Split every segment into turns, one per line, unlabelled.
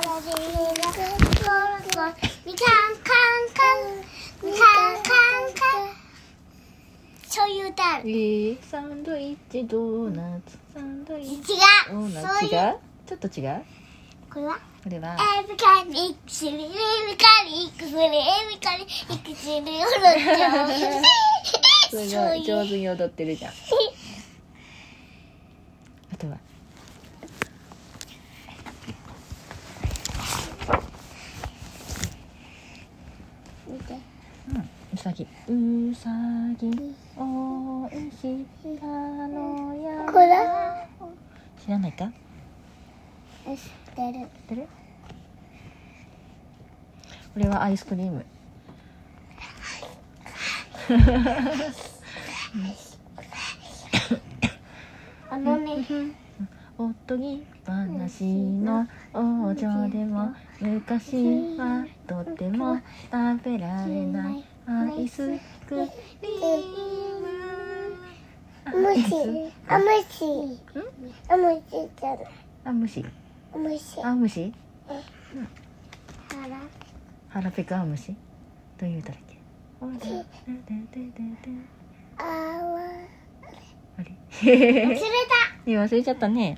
벌어집니다. 꿀꿀. 미캉캉캉. 미캉캉캉. 소유단.
이 샌드위치 도넛 샌드위치
지가.
うん違うちょっと違う
그와
これは
에비카리 익스리 에비카리 익스리 에비카리 익스리
す
오른쪽.
ごい
소유.
上手に踊ってるじゃんあとは
밑에.
うんうさぎうさぎおいしさのや
그래?
知らないか
내려.
知ってるこれはアイスクリーム
안 오네.
おとぎ話の王女でも昔はとても食べられないアイスクリーム
아무시 아무시
응?
아무시 있잖아
あむし
아무시
あむし
라
腹ペコあむしという歌だっけ
아와
あ れ
들으다.
ね忘れちゃったね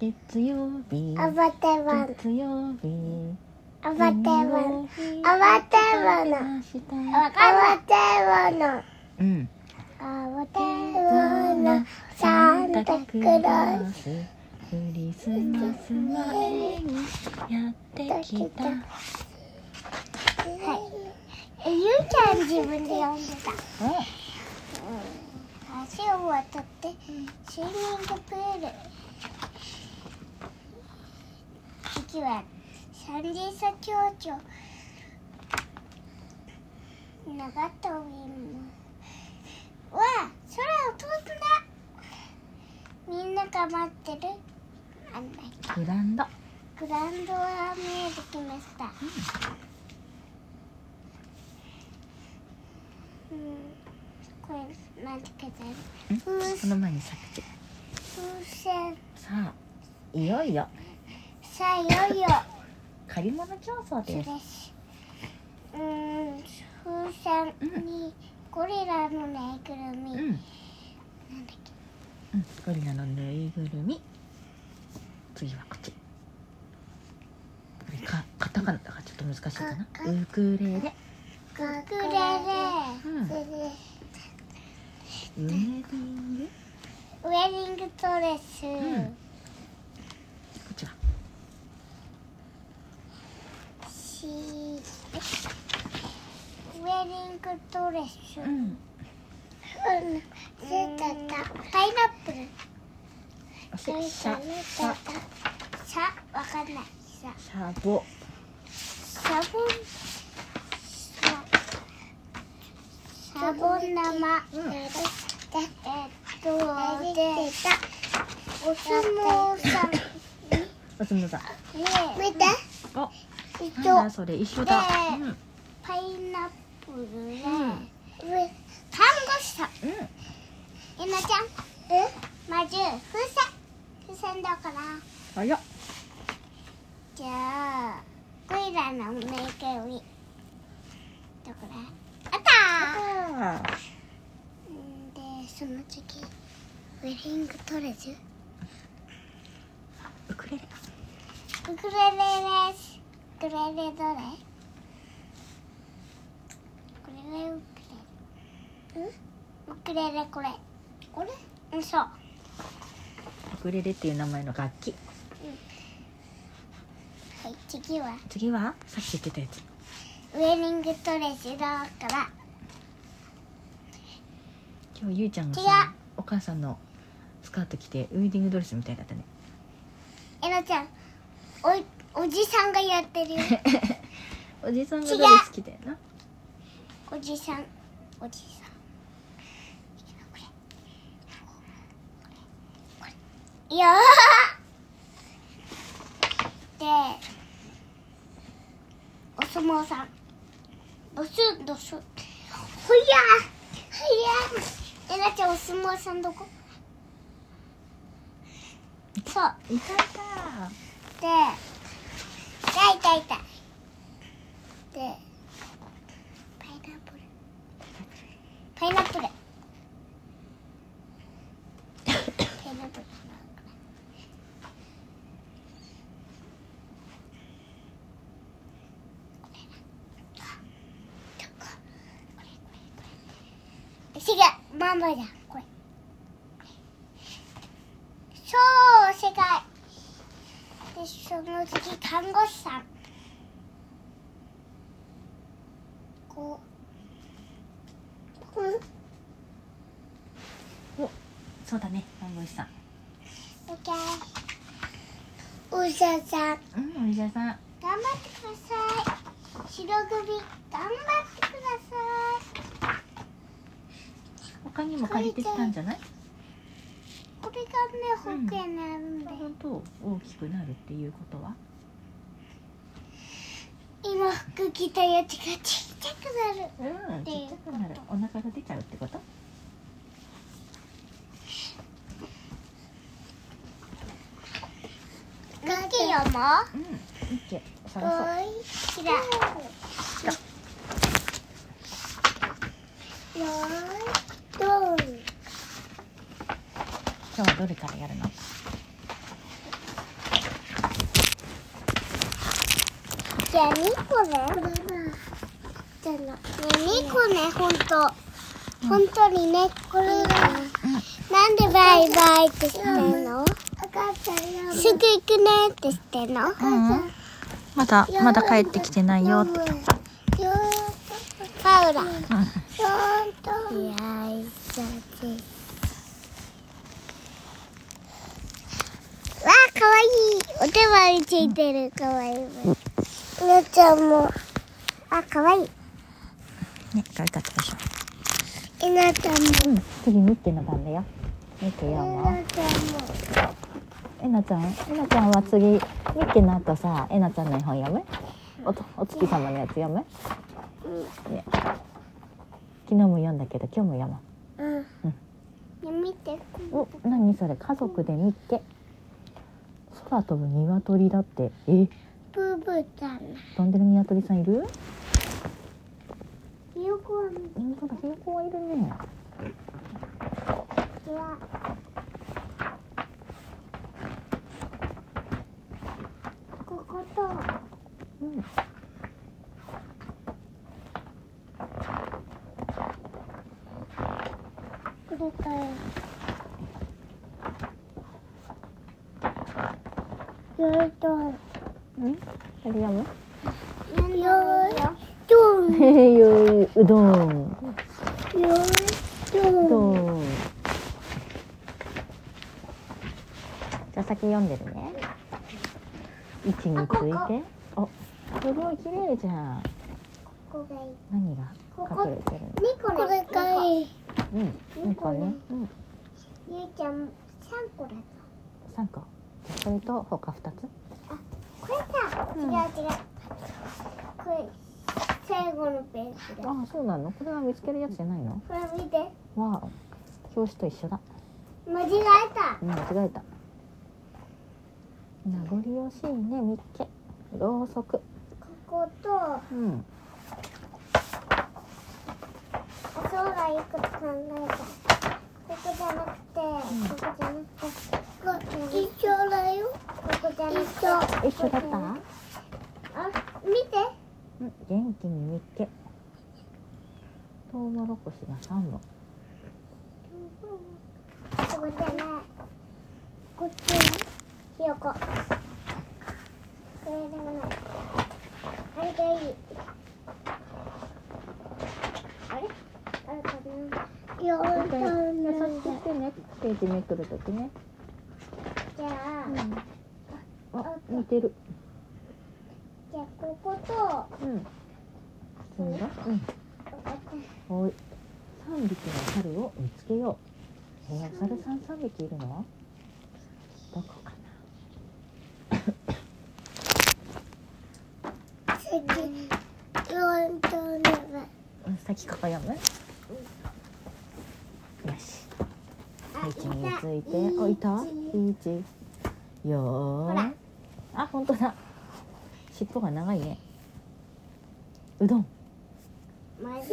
月曜日
아바테반
月曜日
아바테반 아바테바나
明日
아까
아바테바나
うん「
아바테바나
サンタクロ
산타크로스
ース」「クリスマス前にやってきた」
유치한 집은 되었다.
あ
아쉬운 것 같았대. 재밌는 커플을. 기기와 산지에서 키워줘. 나갔다 오면. 와! 소라 토스다! 민나가 맛들을 안 나.
グランド
그란도 하미의 느낌이었다. 음, 그걸 만족해 잘.
んその前に作詞
후세
さあいよいよ
사요요
借り物競争です
그래시. 음, 후산이 꼬리라는 애
う
그룹이
んうんゴリラのぬいぐるみ次はこっちこれかカタカナだからちょっと難しいかな
かか
ウクレレ
우크레레
うんウェディング
웨딩 드레스
음. こちら
시 웨딩 드레스
うん
パイナップル。
おせしゃしゃ
さ、わかんない。さ、
しゃぼ
サボン。さ、サボン玉。
うん
えっと、で、お相撲さん。で、
おすむさんあなんだ
이쪽
それ一緒だ
ねえ
うんうん
パイナップルね。
ん
왜
看護師さん。えなちゃん。えまず、風船。風船だから。
早っ
じゃあ、ゴリラのぬいぐるみ。どこだあったー
あー
うんでその次ウェディングトレス
ウクレレ
ウクレレですウクレレどれウクレレウクレレうんウクレレこれこれうんそう
ウクレレっていう名前の楽器
はい次は
次はさっき言ってたやつ
ウェディングトレスだから
今日ゆいちゃんが
違う
さお母さんのスカート着てウェディングドレスみたいだったね
えなちゃんおいおじさんがやってるよ
おじさんが
違う
ドレス着たよな
おじさんおじさんこれこれいやーでお相撲さんドスンドスンほいやーほいやーえなちゃんお相撲さんどこそう
いたいた
で、痛い痛い痛い。で、パイナップル。パイナップル。パイナップル。これこれこれ違うママだこれそう世界でその次看護師さんこううん
そうだね看護師さん
オッケー
お医者さん
うんお医者さん
頑張ってください白首頑張ってください
他にも借りてきたんじゃない
これがね保険になるんで、
本当大きくなるっていうことは
今服着たやつがちっちゃくなる
うんちっちゃくなるお腹が出ちゃうってこと
クッキーをも
うんいけ
お
探そ
い
う
きら
しいどう
今日はどれからやるの
じゃあ2個ね
ママじゃな
2個ねほんとほんとにねこれが
うん
なんでバイバイってしてんの
赤ちゃんや
すぐ行くねってしてんの
うんまだまだ帰ってきてないよって
ばいよ
パウラ
うん
ーんと
いやーじゃあねわあかわいいお手まについてるかわいい
なちゃんも
あかわいい
ね可愛かったでしょ
えなちゃんも
うん次ミッキーの番だよミッキーやも
えなちゃんも
えなちゃん、えなちゃんは次、ミッキーの後さ、えなちゃんの絵本読む。おと、お月様のやつ読む。ね。昨日も読んだけど、今日も読も
うん
見て
う。お、なにそれ、家族で見っけ。空飛ぶ鶏だって、え、
プーブーちゃん
飛んでる鶏さんいる。
よくは見
本当だ、ひよこはいるね。
てはここと
うん。
くれたよ
よいと
うん。あれ読む。
なんだろうよ
どう
へへ、よい、うどん。
よいと
どう。じゃあ先読んでるね。位置について。お、すごい綺麗じゃん。
ここがいい
何が隠れてる
二個ね
これかいい
の？うん、猫ね。うん、
ゆいちゃん三個だぞ
三個。それと他二つ。
これさ違う
うん
違う、これ最後のページだ
ああ、そうなの？これは見つけるやつじゃないの？
これ見て
わあ、表紙と一緒だ。
間違えた
うん、間違えた。名残惜しいね、みっけ。ろうそく。
ここと
うん。
そうがいいこと考えた。ここじゃなくて、ここじゃなくて、ここ
一緒だよ
ここじゃなくて。
一緒だった？
あ、見て。
うん、元気に見っけ。トウモロコシが三本。
ここじゃない。こっちひよこ。これでもない。あれがいい。あれあれかな
よ
優し
いと
くしてね、ページめくるときね。
じゃあ、
あ、似てる。
じゃあここと、こ
うん。そうだ。うん。
こ
おい。三匹の猿を見つけよう。えー、猿さん三匹いるの？どこか
次よいとね
な。うん、先ここ読む。よし。
あ、い
位置に
た。
ついて。おいた。いい位置。よーい。あ、ほんとだ尻尾が長いねうどん
間違え、間違え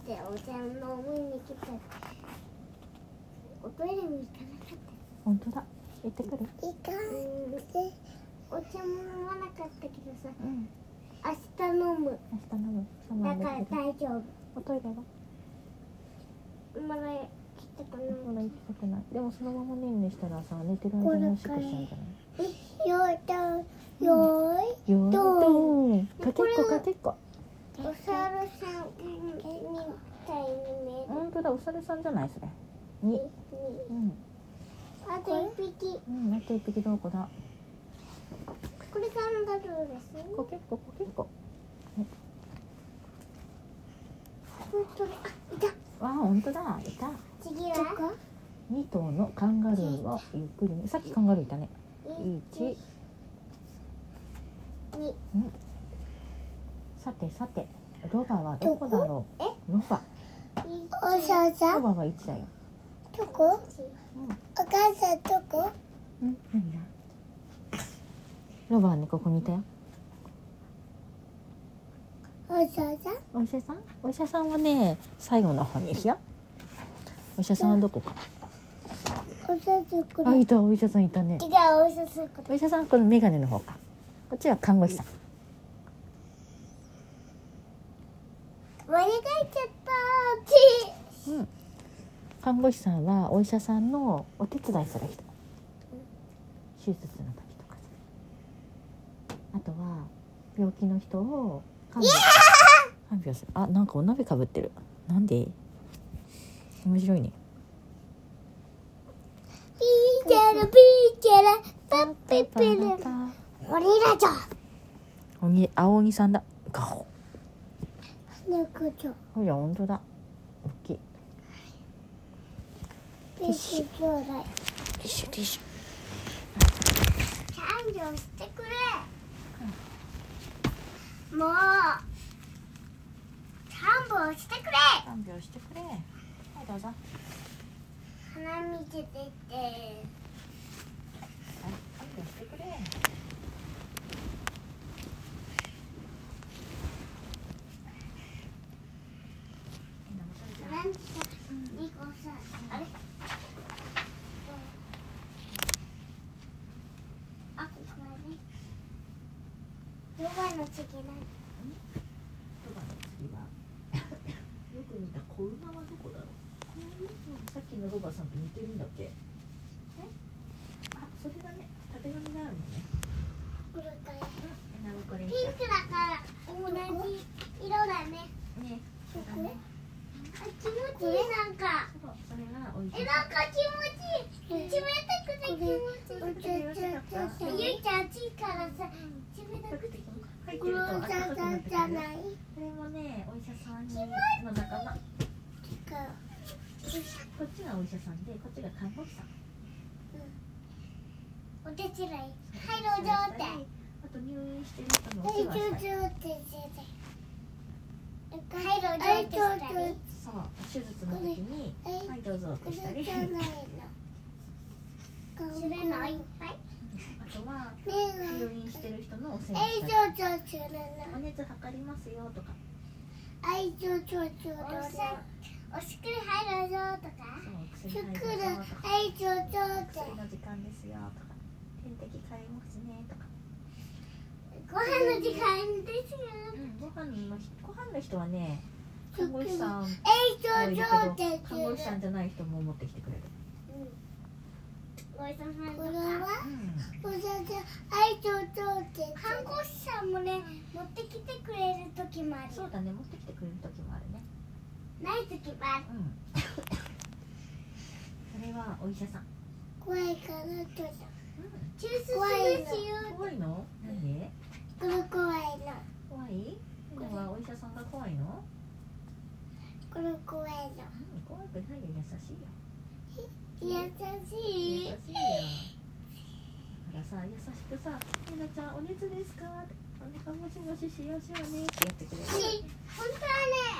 てお茶飲みに来た。おトイレに行かなかっ
ほんとだ行ってくる
いかんで
た。お茶も飲まなかったけどさ、
うん
明日飲む。
明日飲むサマ
だ
ー
から
できる
大丈夫。
おトイレは
まだ来てこ
まだ
ない。
行きたくないでもそのままねんねしたらさ寝てる間におしっこしちゃうんじゃない
よだよい
よー
ど
どんかけっこかけっこ
お猿さんみたいに見える。
ほんとだお猿さんじゃないそれにうん
あと一匹。
うんあと一匹どこだ
これガンダルですね。
こけっここけっこ
本当だ。あ、いた。
わあほんとだいた
次は。
2頭のカンガルーはゆっくりにさっきカンガルーいたね1
二。
さてさてロバはどこだろう
え
ロバ
おさ
ロ
さ
バはいつだよ
どこお母さんどこ
うん何だロバはねここにいたよ
おささ
お医者さんお医者さんはね最後の方にいるよお医者さんはどこか
おささこ
あ
れ
いたお医者さんいたね
違う、お医者さんこ
お医者さんはこの眼鏡の方かこっちは看護師さん
と。間違えちゃった。ち。
うん、看護師さんはお医者さんのお手伝いする人手術の時とかさあとは病気の人を看病看病するあなんかお鍋かぶってるなんで面白いね
ピーチャラピーチャラパッピピル鬼ラジオ
鬼青鬼さんだガホ
猫ちゃん
ほら本当だ大きい
ペシ
テ
兄弟
ィッシュティッシ
看病してくれもう看病してくれ
ュ看病してくれはいどうぞ
鼻見せてて
看病して くれ
なんかリコさんあれあここはねヨガの次なん
次はよく見た子馬はどこだろうさっきのロバさんと似てるんだっけあそれがね縦紙があるのね
これから
えなるこれ
ピンクだから同じ色だね。
ね
これあ気持ちいいなんか。
そうそれがおいし
え
い
なんか気持ちいい。冷たくて気持ちいい。ゆいちゃん暑いからさ冷たくて
入って
黒
ると赤く
さ
な
さ
ってく
じ
るよ
ゃない
これもねお医者さんにの仲間こ
か
っちがお医者さんでこっちが看護師さん
お手伝い。入ろう状態。
あと入院してる人のお世
大
話し
丈
たり
夫って言って
入ろう状態したり。
そう手術の時に「はいどうぞ」ってしたり
じゃ
あ
ないの
するのはい。
とは
ね
入院してる人のお世
え
話した
愛
り
情とするの
お熱測りますよとか
愛情とするの
おしおしっくり入ろう状とか。
そう
作
薬
る
入りますよとか
愛情と
薬の時間ですよとか点滴変えますねとか、
ご飯の時間ですよ。
ご飯の人ご飯の人はね
作
看
る
護師さんもいる
愛情と
けど
す
看護師さ
る
んじゃない人も持ってきてくれ
ご
る、
ちそうさまで
こ
した
れは
うん、
おささ愛情とする
看護師さんもね持ってきてくれる時もある
そうだね持ってきてくれる時もあるね
ない時もある
うん それはお医者さん、
怖いからと
急須するしよ
怖いの何で
これ怖いの
怖い今はお医者さんが怖いの、
これ怖
う
い
ん、怖くないよ優しいよ
の優
優しい
しい
よだからさ優しくさ「えなちゃんお熱ですか?」って「お腹もしもししようしようね」ってやってくれる
し本当は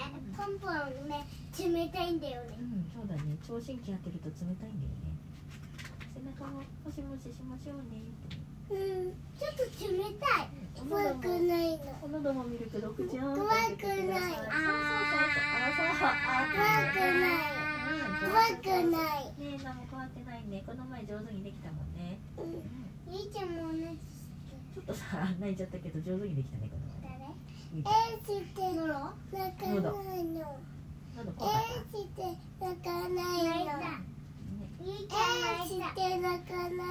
ねポンポンね冷たいんだよね
うん、そうだね。聴診器当てると冷たいんだよね。背中ももしもししましょうねって。
うんと冷たい。怖くないの。
お喉も見るけど口を開
怖
け
く
てくだ
ない
さい。
あ
あそうそうそうあそうあねえ、
ー怖くない。怖くない。
何も変わってないね。この前上手にできたもんね。
ゆいちゃんも同じ。
ちょっとさ、泣いちゃったけど上手にできたね、この前。ゆいちゃん
えー、して泣かないの。
喉
え
怖かった。
ー、して泣かないの。
ね
ゆい
えー、して泣かな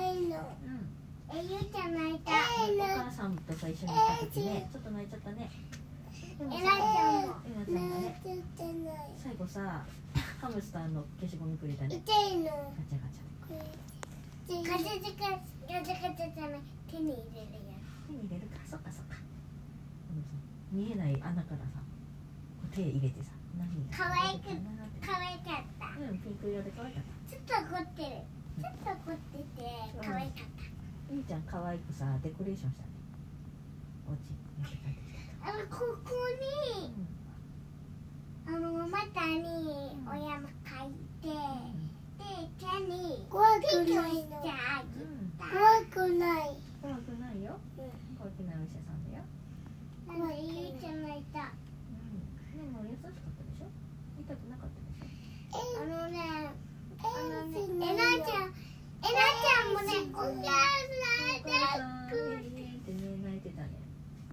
いの。
うん。
えゆいちゃん泣い
え
た
ー、
お
な
母さんとか一緒にいた時ね、ちょっと泣いちゃったね。
えらいちゃんも
え
え
なちゃんが
泣
ね、
いちゃってない。
最後さ、ハムスターの消しゴムくれたね。
痛いの。
ガチャガチャ。
これ
ガチャガチャガチャガチャじゃない手に入れるや
手に入れるか、そっかそっか。あのさ見えない穴からさ、こう手入れてさ、何が
可愛く
出てるかなっ
つ
て
可愛かった
うん、ピンク色で可愛かった。
ちょっと怒ってるちょっと怒ってて可愛かった
ゆいちゃん可愛くさデコレーションしたねお家に帰ってき
あのここ
た、う
にあ
ん
の股にお山かいてで手に
怖く
ピキを
ない
して
の。
あげ
うん、
た
怖くない。
怖くないよ怖くないお医者さんだよ、
なのでゆいちゃん泣いた
うん、でも優しかったでしょ痛くなかったでしょ
あのね
え
あのね
ー、
えな
え
ちゃんえなちゃんもねお母さん泣
お母さんってね泣いてたね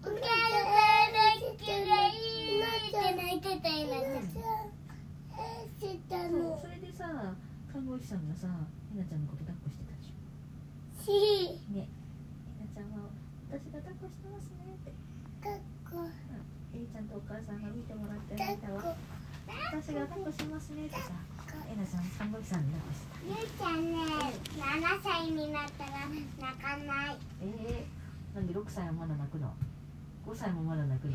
お母さん泣きがいいって泣いてたえなちゃん
そう
えー、しての
そ。れでさ看護師さんがさえなちゃんのこと抱っこしてたでしょ
し。
えなちゃんは私が抱っこしてますねって
かっこ。
えいちゃんとお母さんが見てもらって
か
泣い
っ
たわ
こ。
私が抱っこしますねってさえなちゃん看護師さんに抱っこしてた
ゆうちゃんね、7歳になったら泣かない。
えー、なんで6歳はまだ泣くの5歳もまだ泣くの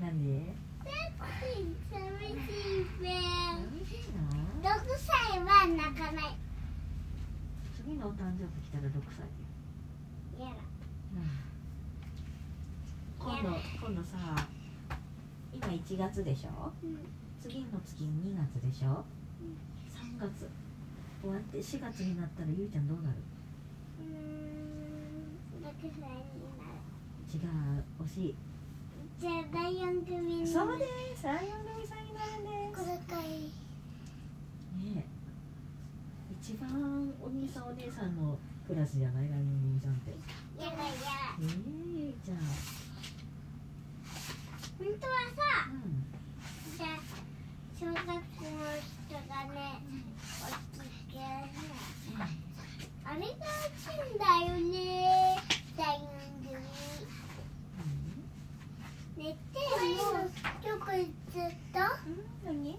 なんで
寂しいべ。
寂しいな
6歳は泣かない。
次のお誕生日来たら6歳
やら。
今度今度さ今1月でしょ、
うん
次の月2月でしょ、3月終わって4月になったらゆいちゃんどうなる
うーん、6歳に
違う惜しい
なる。じゃあ、第4組に。
そうですライオン組さんになるんで
これか
す
い。
ねえ一番お兄さんお姉さんのクラスじゃないライオン組さんって
やだやだ。
えー、ゆいちゃん、
本当はさ、
うん、
じゃあ、小学校の人がね、おきいからね。あれが落ちんだよね。第4組。寝てもう。
どこ行っちゃった。
何？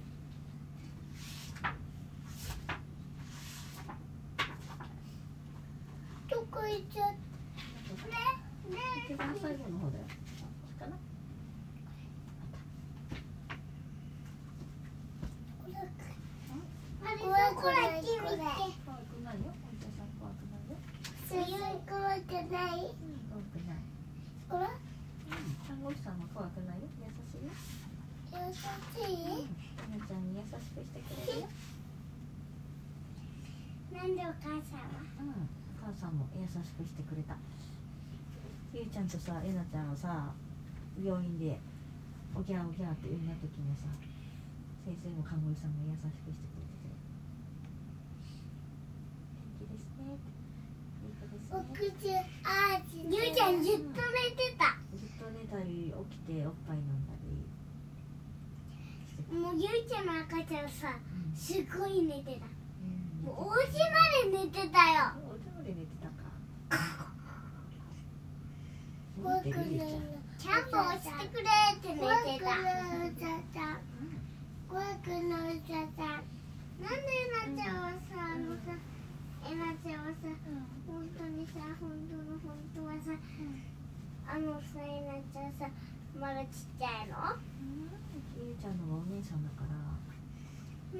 どこ行っちゃっ
ね
一番最後の方だよ。かな？
あれどこだっけ見て。
怖くないよ。お医者さん怖くないよ。
た。すごい怖くない。
怖くない。
ほら。
看護師さんも怖くないよ。優しいよ。
優しい。
お姉ちゃんに優しくしてくれるよ。
なんでお母さんは
うん。お母さんも優しくしてくれた。ゆいちゃんとさ、えなちゃんはさ、病院でおぎゃーおぎゃーって言うんだ時もさ、先生も看護師さんも優しくしてくれてて。元気ですね。いい子です
お
ね。
口。あーち。
ゆうちゃんずっと寝てた
ずっと寝たり起きておっぱい飲んだりしてた、
もうゆうちゃんの赤ちゃんさ
うん
すごい寝てた
うん、
もうお家まで寝てたよ
お料理寝てたか
怖く
寝
な
て
い
る
の
よ。
ちゃんと押してくれって寝てた
怖く
なん
ないおちゃった。怖くないおちゃった。
でえなちゃんはさあのさえなちゃんはさ本当にさ本当の本当はさあのさえなちゃんさまだちっちゃいの
ゆうちゃんのはお姉さんだから
も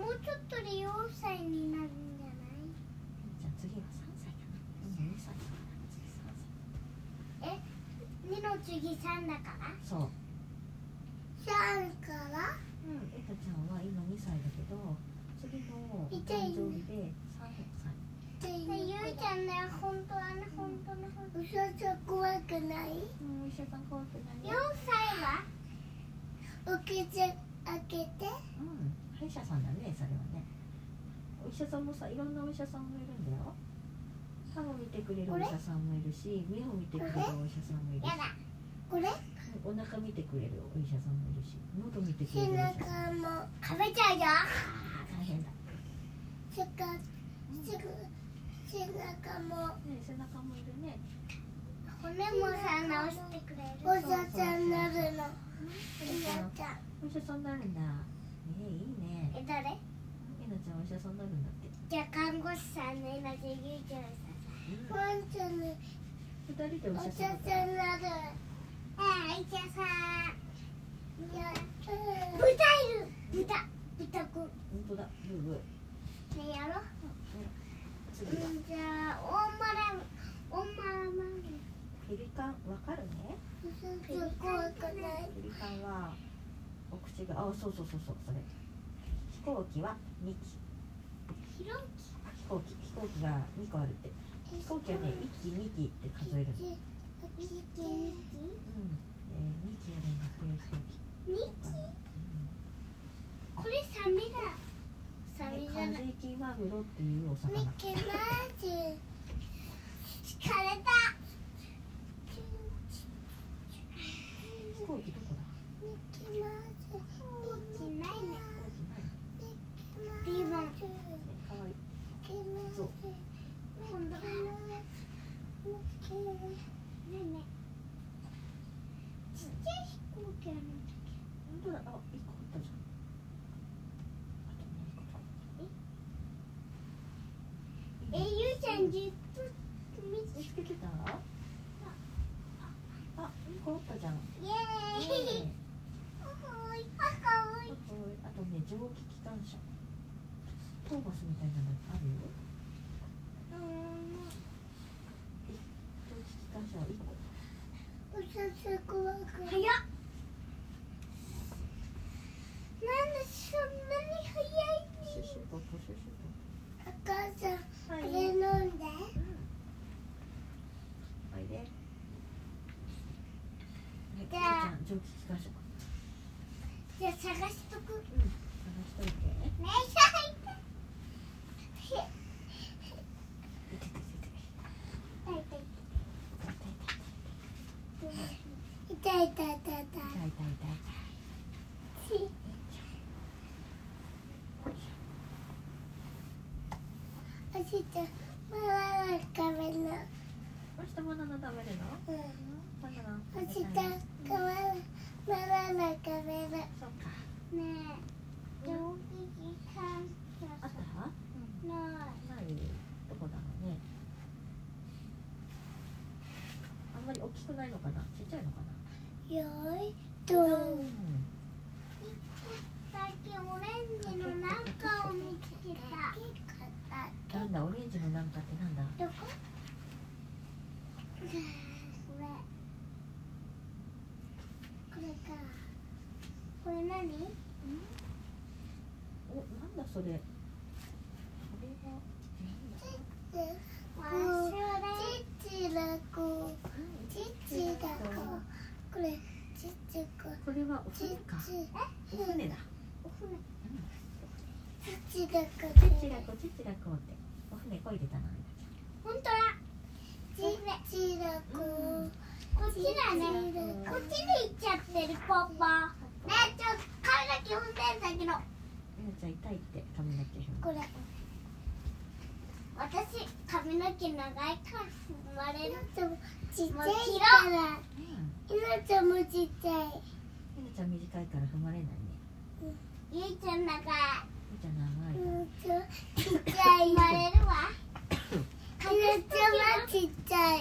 うちょっとで4歳になるんじゃない
ゆうちゃん次は3歳かなうん2歳かな次3歳
2の次3だから
そう、
三から。
うん、えたちゃんは今2歳だけど次のお誕生日で3歳
ちちゃい
でゆうちゃんね本当はね本当の本当
うさちゃん怖くない
うん、お医者さん怖くない
4歳は
お口開けて
うん、歯医者さんだね、それはね。お医者さんもさ、いろんなお医者さんもいるんだよ。歯を見てくれるお医者さんもいるし、目を見てくれるお医者さんもいるし
や、だ
これ
お腹見てくれるお医者さんもいるし、喉見てく
背
れるお医者さんもいるし。
食べち
中も
ゃうよ
あー、大変だ。ね、
背中背中も
背中もいるね。
骨もさ直してくれ
お
る
医者さんになるのお医者さん
お医者さんになるんだ。ねえ、いいね。
え誰
えなちゃんお医者さんになるんだって。
じゃあ看護師さんねなちゃんゆうちゃんさ
うん
ワンちゃんに
二人でお医
お
者
医者
さんだから
さんになる
えー、お医者さん豚
やった
いる豚豚くん
本当だ。ブーブー。
ねやろう
次だ。
んじゃあ大まら大まらま
ペリカン、わかるね。
うさちゃん怖くない
ペリカンは。お口が、あ、そうそうそうそう、それ。飛行機は二機。
ひろ
飛行機、飛行機が二個あるって。飛行機はね、一機、二機って数えるの。うん。えー、二機はね、こういう
に
飛行機。
これサメだサメ
で、
じゃな
カ
い
ジキマグロっていうお魚。
ミッ
ね、
キーマウ
疲
ス
れた
飛行機どこだ。
ミッキーマウスミッキ
飛行機
ーマウス
ない。ね、
ミッキーマウス
可愛い。
ミッキーマウス
そう
今度はね
ミッキーマウス
えねえちっちゃい飛行機あるんだ
本当だ、あ、一個あったじゃん。あともう一個だ。
えゆうちゃんじっと見て
見つけてた。あ、一個あったじゃん。
イエーイ
ね
あかわいいあかわい
え
い
あとあとね、蒸気機関車。トーマスみたいなのあるよ。
うーん
蒸気機関車は一個。
お医者さん怖くない
早っなんでそんなに早い
シュシュと、シュシュと。
お母さん
は
これ飲んで
おいで。はい、ゆうち
じ
ゃ
ゃあ
ん、蒸気機関車。
じゃあ探しとく
探しといて。
ねえ
いててててて。
痛い痛い
痛い
痛い痛い痛い痛い
痛い痛い。
おじいちゃんママは食べな
明日バナナ食べるの？
うん
バナナ。
おじいちゃんママはママは食べな
そうか。
ねえ上機関車
あった？
ない
ない。どこだろうね。あんまり大きくないのかな？ちっちゃいのかな？
よーいど
うん
最近オレンジのなんかを見つけた
なんだオレンジのなんかってなんだ？
どここれこれかこれ何
おなんだそれ？こ
わ
れは
うん
しはね
ちちらこちちらここれちちこ
これはお
ち
船か。
ち
お船だ。
お船
ちちらこ
ちっちらこちっちらこってお船こいでたな。
本当だ
ちちらこ
こっちだねこっちに行っちゃってるパパねえちょっと髪だけ踏んでんだけど
えなちゃん痛いって髪の毛。
これ
私髪の毛長いから生まれる
ちっちゃいか
うん。
らいのちゃんもちっちゃ
え
い
なちゃん短いから踏まれないね。
ゆいちゃん長い
ゆうちゃん長い。
うんちょ
ちっちゃい生まれるわ
いのちゃんもちっちゃい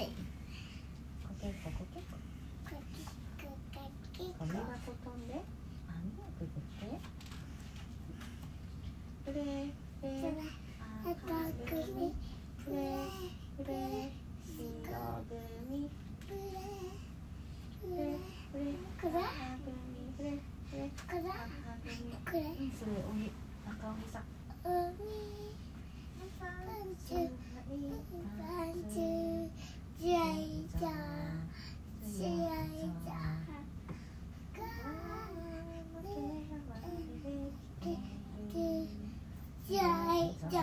こけっここけっこ。紙箱飛んで網をくぐってプレープレー
あと首
プレープレー白組
プレ
プ
プ
レープレー
レこれ
赤組プレープレー
これ
赤組
こ
そ
れ
れ鬼赤鬼さん
おみパンチ
いい
じゃ試合じゃが試合じゃ試合じゃ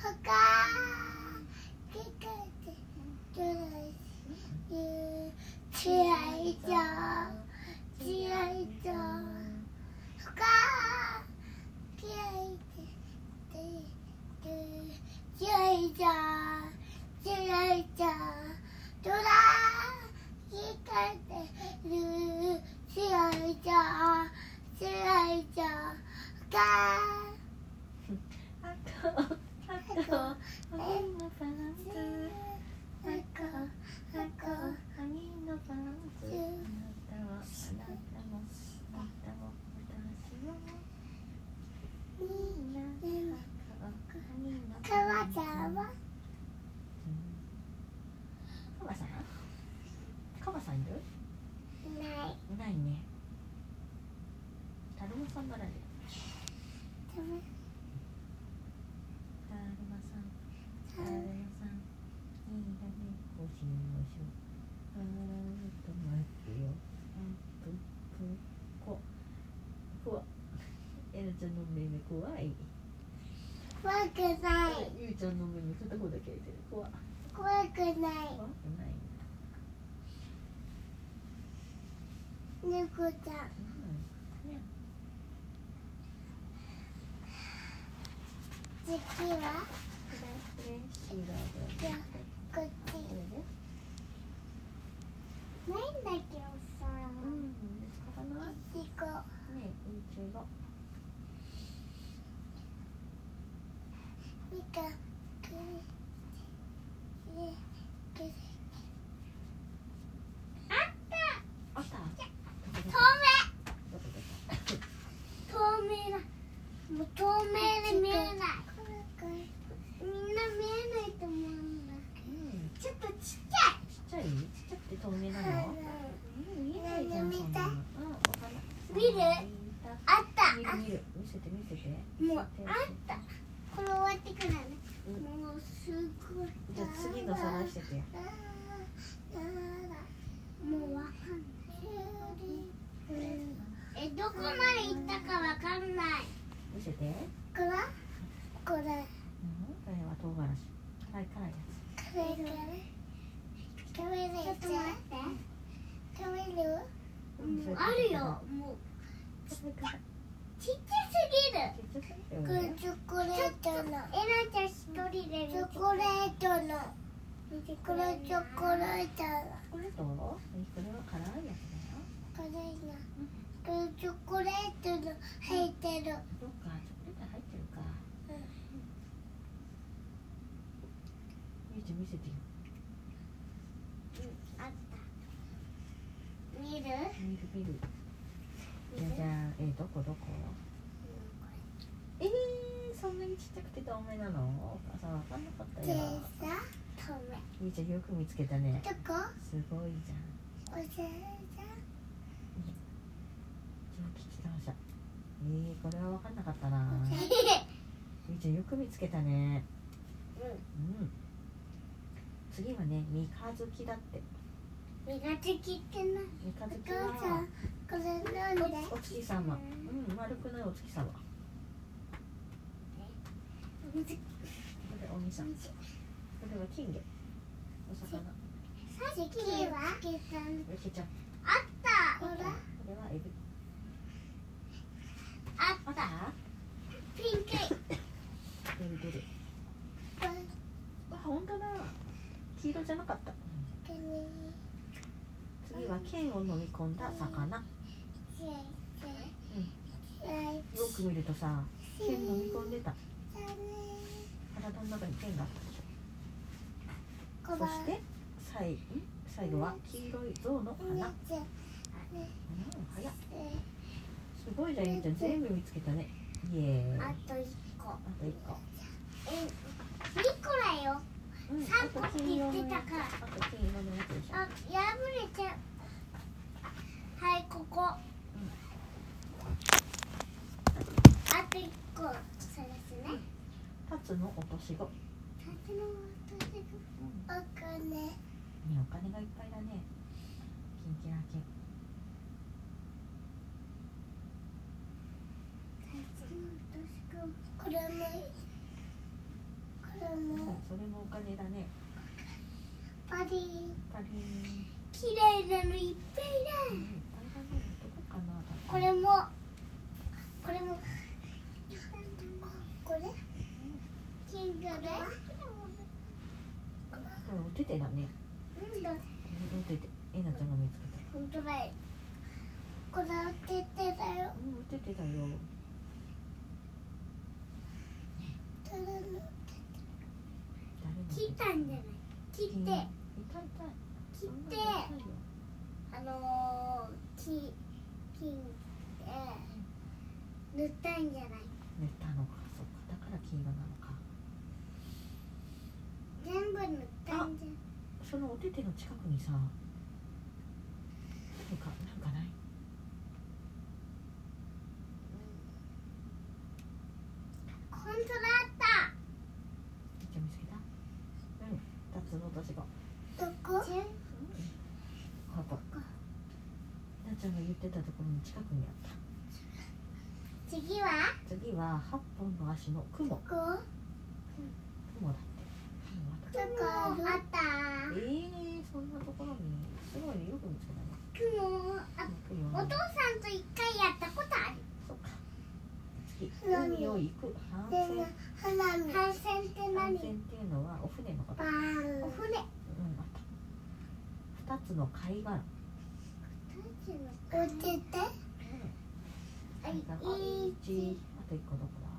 はかけかてどらし試合じゃ試合じゃはかけてで試合じゃ試合じゃドラ光ってる白いじゃ白いじゃが
赤
かわちゃんは
カバさんカバさんいる
ない
いないねだるまさんならねだるまさんだるまさんいいだねこうしましょうあーっと待ってよあっとこ怖えなちゃんの目目怖い
怖くない
ゆうちゃんの目目片方だけ開いてる怖い
怖くない
怖くない
猫ちゃん次は
こ
じゃあこっち
れで
ないんだけどさ
うんかなね
いちご
いちご
みかんくりくりあった
あった
透
どこどこ
明透明だもう透明で見えないみんな見えないと思うんだ
うん
ちょっとちっちゃい
ちっちゃいちっちゃくて透明なのうん見えないじゃん
見た
そんなのうんお花
見るあった
見
あ
る見る見せて見せて
もうあったこれ終わってからね
うん
もうすごい
じゃあ次の探してて
もうわかんないえどこまで行ったかわかんない
見せてうん
これこれ
これは唐辛子辛い辛いや
これこれ食べれちょっと待って食べる
つ
もうあるよもうちっちゃちっちゃ
ちっちゃくて
すぎるチョコレートのえなちゃん一人でチョコレートのこれチョコレートの
これとこれは辛いやつだよ
辛いな。これチョコレートの入ってる。
どっかチョコレート入ってるかゆうちゃん見せてよ
あった。見る？
見る見るじゃじゃんえどこどこえー、そんなにちっちゃくて透明なのお母さんわかんなかった
で
よ
さ、透明。
ゆうちゃんよく見つけたね
どこ？
すごいじゃん
おじゃじ
上気きてましたえー、これは分かんなかったな
ゃ。
ゆうちゃんよく見つけたねうん、次はね三日月だって
みがつきってな。お
三日月
母さ
は
ん、これなんで？
お月様うん丸くないお月様これお兄さんこれは金魚お魚
さっきは？
よけちゃん
あった。
これはエビ
あ
あ
っ。
ったた
ピンクい。
出る出るわ本当だ黄色じゃなかった次は剣を飲み込んだ魚よく見るとさ剣飲み込んでた体の中に剣があったでしょそして最最後は黄色い象の花、うん、早っすごいじゃんゆうちゃん全部見つけたねイエーイ
あ
あ
と一個。
と1個、
え、二個だよ。
うん、
三個って言ってたから
あと金色のやつでしょ
あ、破れちゃう。はい、ここ。あと一個探すね。
タツの落とし子
縦の私が
ギャーギャー
これもこれも
それもお金だね
パリ
パリ
綺麗なの
うん
いっぱいだ
いっぱいだねどこかな
これもこれもこれ
金魚で
これお手手だねお手手えなちゃんが見つけた
本当だよ
これ開けてだよ
うんお手手だよ
ただの
誰の
切ったんじゃない切っ
手
て
痛い痛い
切って
そんなの痛いよ
あのー、き金で塗ったんじゃない
塗ったのかそっかだから黄色なのか
全部塗ったんじゃ
そのお手手の近くにさ何かなんかな
ない
い
本当だった
めっちゃ見つけたうんタツノオトシゴ
どこ
ちゅ
ここえなちゃんが言ってたところに近くにあった
次は
次は8本の足の雲
ここ
雲だって雲だ
どこ
あ
ある
った
えー、そんなところにすごいねよく見つけたね
雲あお父
雲
さんと一回やったことある
そっか次海を行く帆
で
船
な花見
帆船って
帆
何
船っていうのはお船のこと
バーン
お船
うんあった2つの貝殻
おてて
あ
貝殻あ
いい
一あと1個どこだ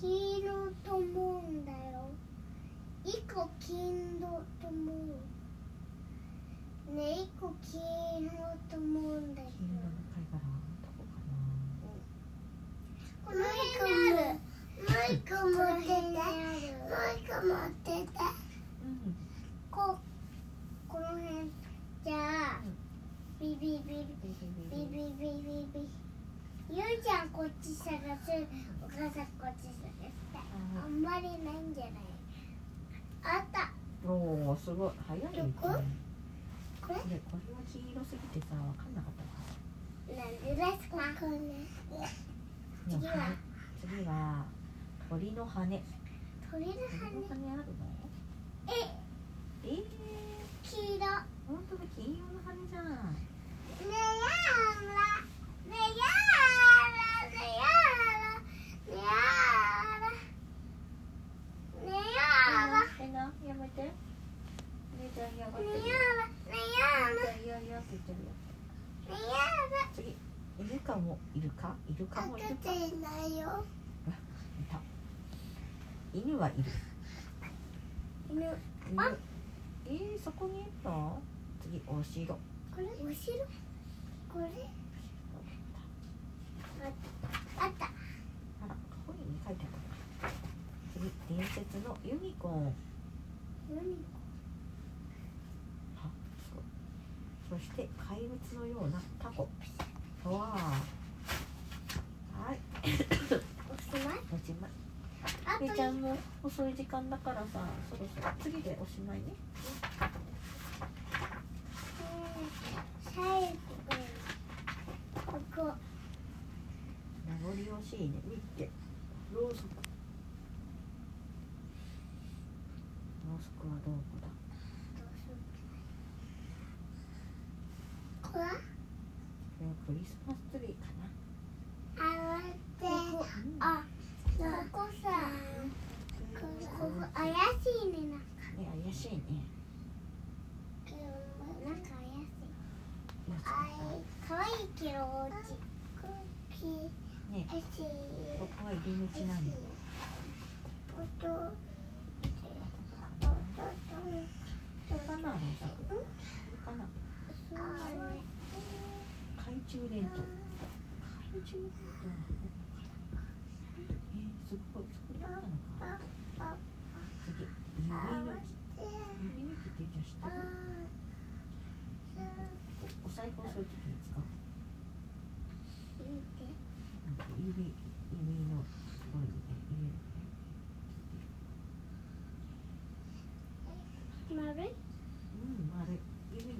黄色と思うんだよ一個金色と思うね一個金色と思うんだよ
黄色の貝殻どこかな
この辺にある
もう
この辺
一個も
に
てても
ある
う一個もてて
うん
ここの辺じゃあビビビビ
ビビ
ビ
ビ
ビ
ビ
ビビビゆうちゃんこっち探すお母さんこっち探してあんまりないんじゃないあった
おーすごい早いね
どこ
これこれは黄色すぎてさ分かんなかったわ
なんでですか
これ
でも
次は
次は鳥の羽
鳥の羽
鳥の羽あるの
え
えー、
黄色
本当だ金色の羽じゃん
ねやーらねやーらねやーらねやーらねやーら
えなやめて姉ちゃん嫌がって
ね
る
や
よ
ーらねやー
姉ち
ら
ゃん嫌嫌って言ってるよ
ねやーら
次イルカもイルカイルカもいる
開け
かい
ていないよ
た犬はいる
犬
犬
あ
えー、そこにいた次お城
これお城
これ
あった
あら、本に書いてあったのか。次、伝説のユニコーン。
何
あ、すごい。そして、怪物のようなタコ。わあ。はい、
おしまい
おしまい。
あと
み
一
ーちゃんも遅い時間だからさ、そろそろ次でおしまいね。
最後にここ
名残惜しいね。見て。ろうそく。ろうそくはどこだ
こ
これ
れ
はクリスマスツリーかな。
あ
ここあここさこここ怪しいねなんか
ね、怪しいね。
なんか怪しい
よし
可愛いけどおうち
ね、
わし
ここは入り口なんだよ。
おとおと
これかな、農作。これかな。懐中電灯。懐中電灯。えー、すごい、そこにあったのか。次、指の木。指の木ってじゃ、知ってる。お財布をするときに使う。なんか指、指の。すごいね、指
丸い
の。うん、丸い。指に。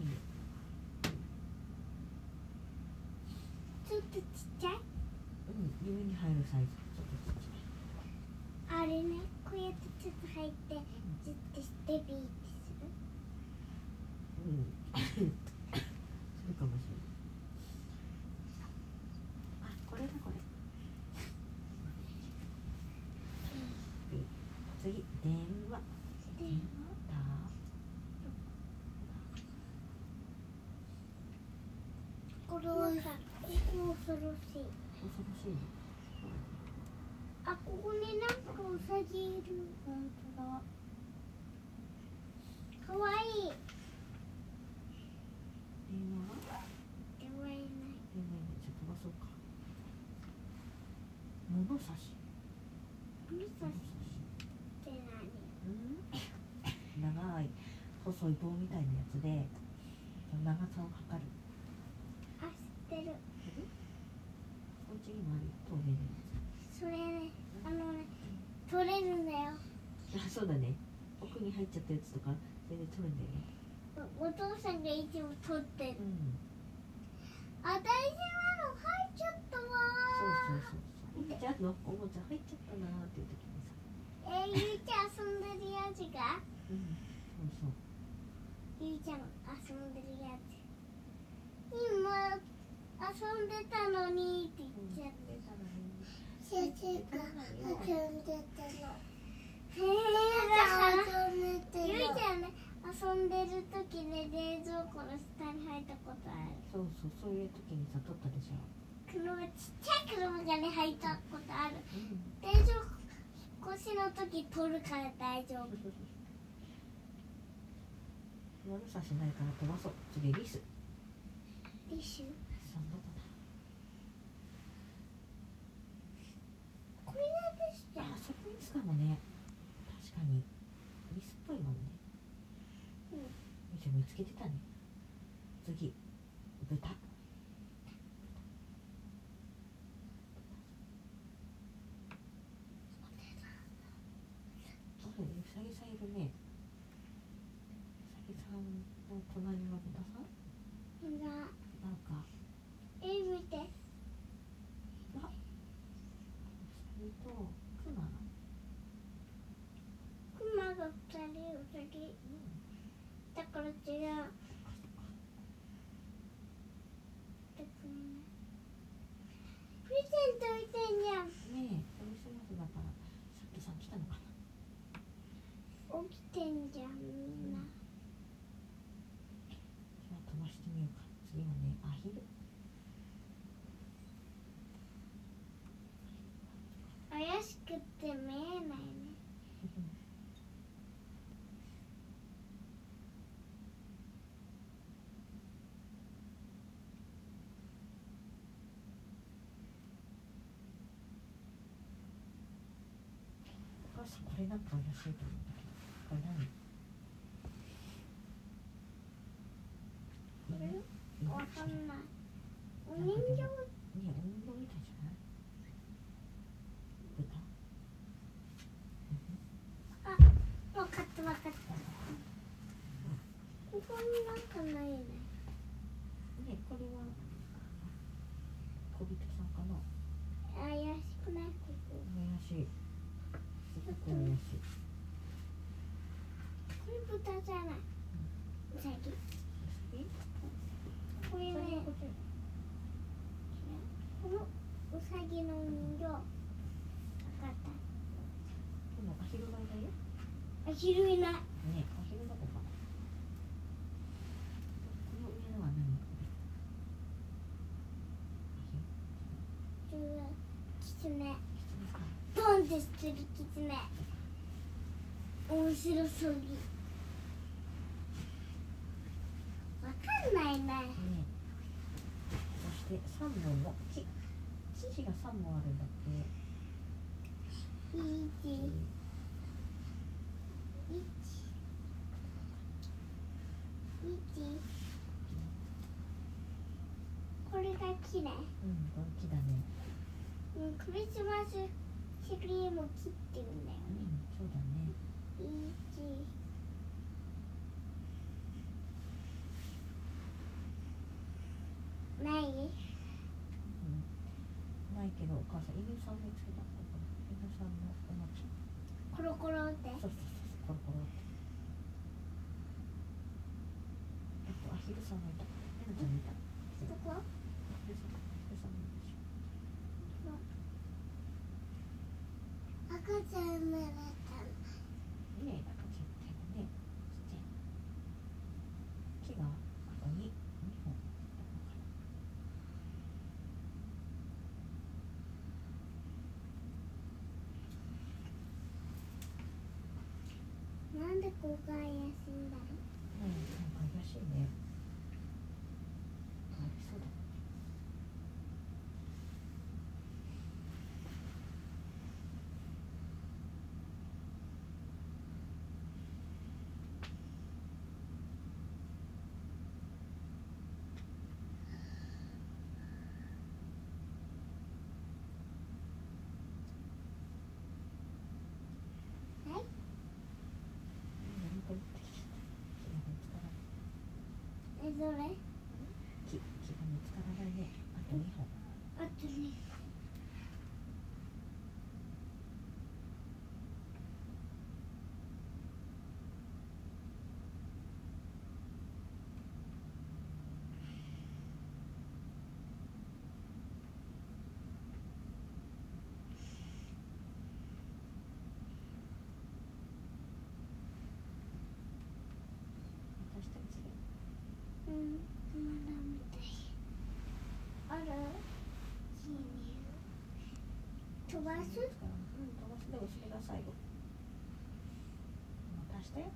指に入るサイズちょっとちっちゃい
あれねこうやってちょっと入ってずっとしてビーってする
うんするかもしれないあこれだこれ次電話
電
だ
話なんか恐ろしい
恐ろしいね
あここになんかウサギいる本当だかわいい
電話
でもいない
電話今ちょっと飛ばそうか物差し
ミサ
物
し
差して
何
うん長い細い棒みたいなやつで長さを測る
あ知ってる
お家にもあるよ透明のや
それねあのね取れるんだよ
つあそうだね奥に入っちゃったやつとか全然取るんだよね
おお父さんがいつも取ってる
うん
あ大事なの入っちゃったわ
そうそうそうそう入っちゃうのおもちゃ入っちゃったなーっていう時にさ
えー、ゆいちゃん遊んでるやつが
うんそうそう
ゆいちゃん遊んでるやつ今遊んでたのにって言っちゃってたのに
先生が遊んでたの。
へえだから
遊んでたの。
ゆいちゃんね遊んでる時ね冷蔵庫の下に入ったことある
そうそうそういう時にさ取ったでしょ
車ちっちゃい車がね入ったことある
うん
冷蔵庫越しの時取るから大丈夫
物差しないから飛ばそう次リス
ティッシュ
そんなこ
これなんでし
と
ょ
ないあそこリスかもね確かにリスっぽいもんね
うん
みーちゃん見つけてたね次豚そうねうさぎさんいるねうさぎさんの隣の豚さん
ほら
なんか
え見て
うさぎとクマの
クマが二人ウサギだから違うだからプレゼントみたいじゃん
ねえクリスマスだからさっきさん来たのかな
起きてんじゃんみんな
今飛ばしてみようか次はねアヒル
怪しくって見えないね
お母さんこれなんか怪しいと思うんだけどこれ何
これ
犬
わかんないお
なん
人
かでも
形
ねえ人形みたいじゃない豚
わかったわかったここになんかないね
ねえこれは小人さんかな
怪しくないここ
怪しいすごく怪しい
これ豚じゃないウサギこれねこのウサギのお人形わかった
でもアヒルがいないよ
あ、昼いない。
ねえアヒルどこかなこの上のは何
キツネ。ボンってするキツネ。面白そうぎ。わかんないな。
ねそして3本の木木が3本あるんだって
いいじ。いち。いち。これが綺麗。
うんこの木だね
うん、クリスマス。シクリームを切ってるんだよ
う。んそうだね
いち。ない。
ないけけどお母さん犬さんの中学校かな犬さんのおもちゃ
コロコロって
そうそうそうそうコロコロってあとアヒルさんもいたエナちゃんもいた
どこ
アヒルさんアヒルさんもいたし
赤ちゃん生ま
ねえ赤ちゃんみたい
れ
なねちっちゃい木があとに二本
なんでここが怪しいんだろ
うん、なんか怪しいね。かわいそうだ。
はい
なんかってきちゃった。気が見つからない。
えどれ
気気が見つからないね。あと二本。
あとね
私たち。
うんまだみたいあるいいね飛ばす
うん、飛ばすでお尻が最後。またしたよ。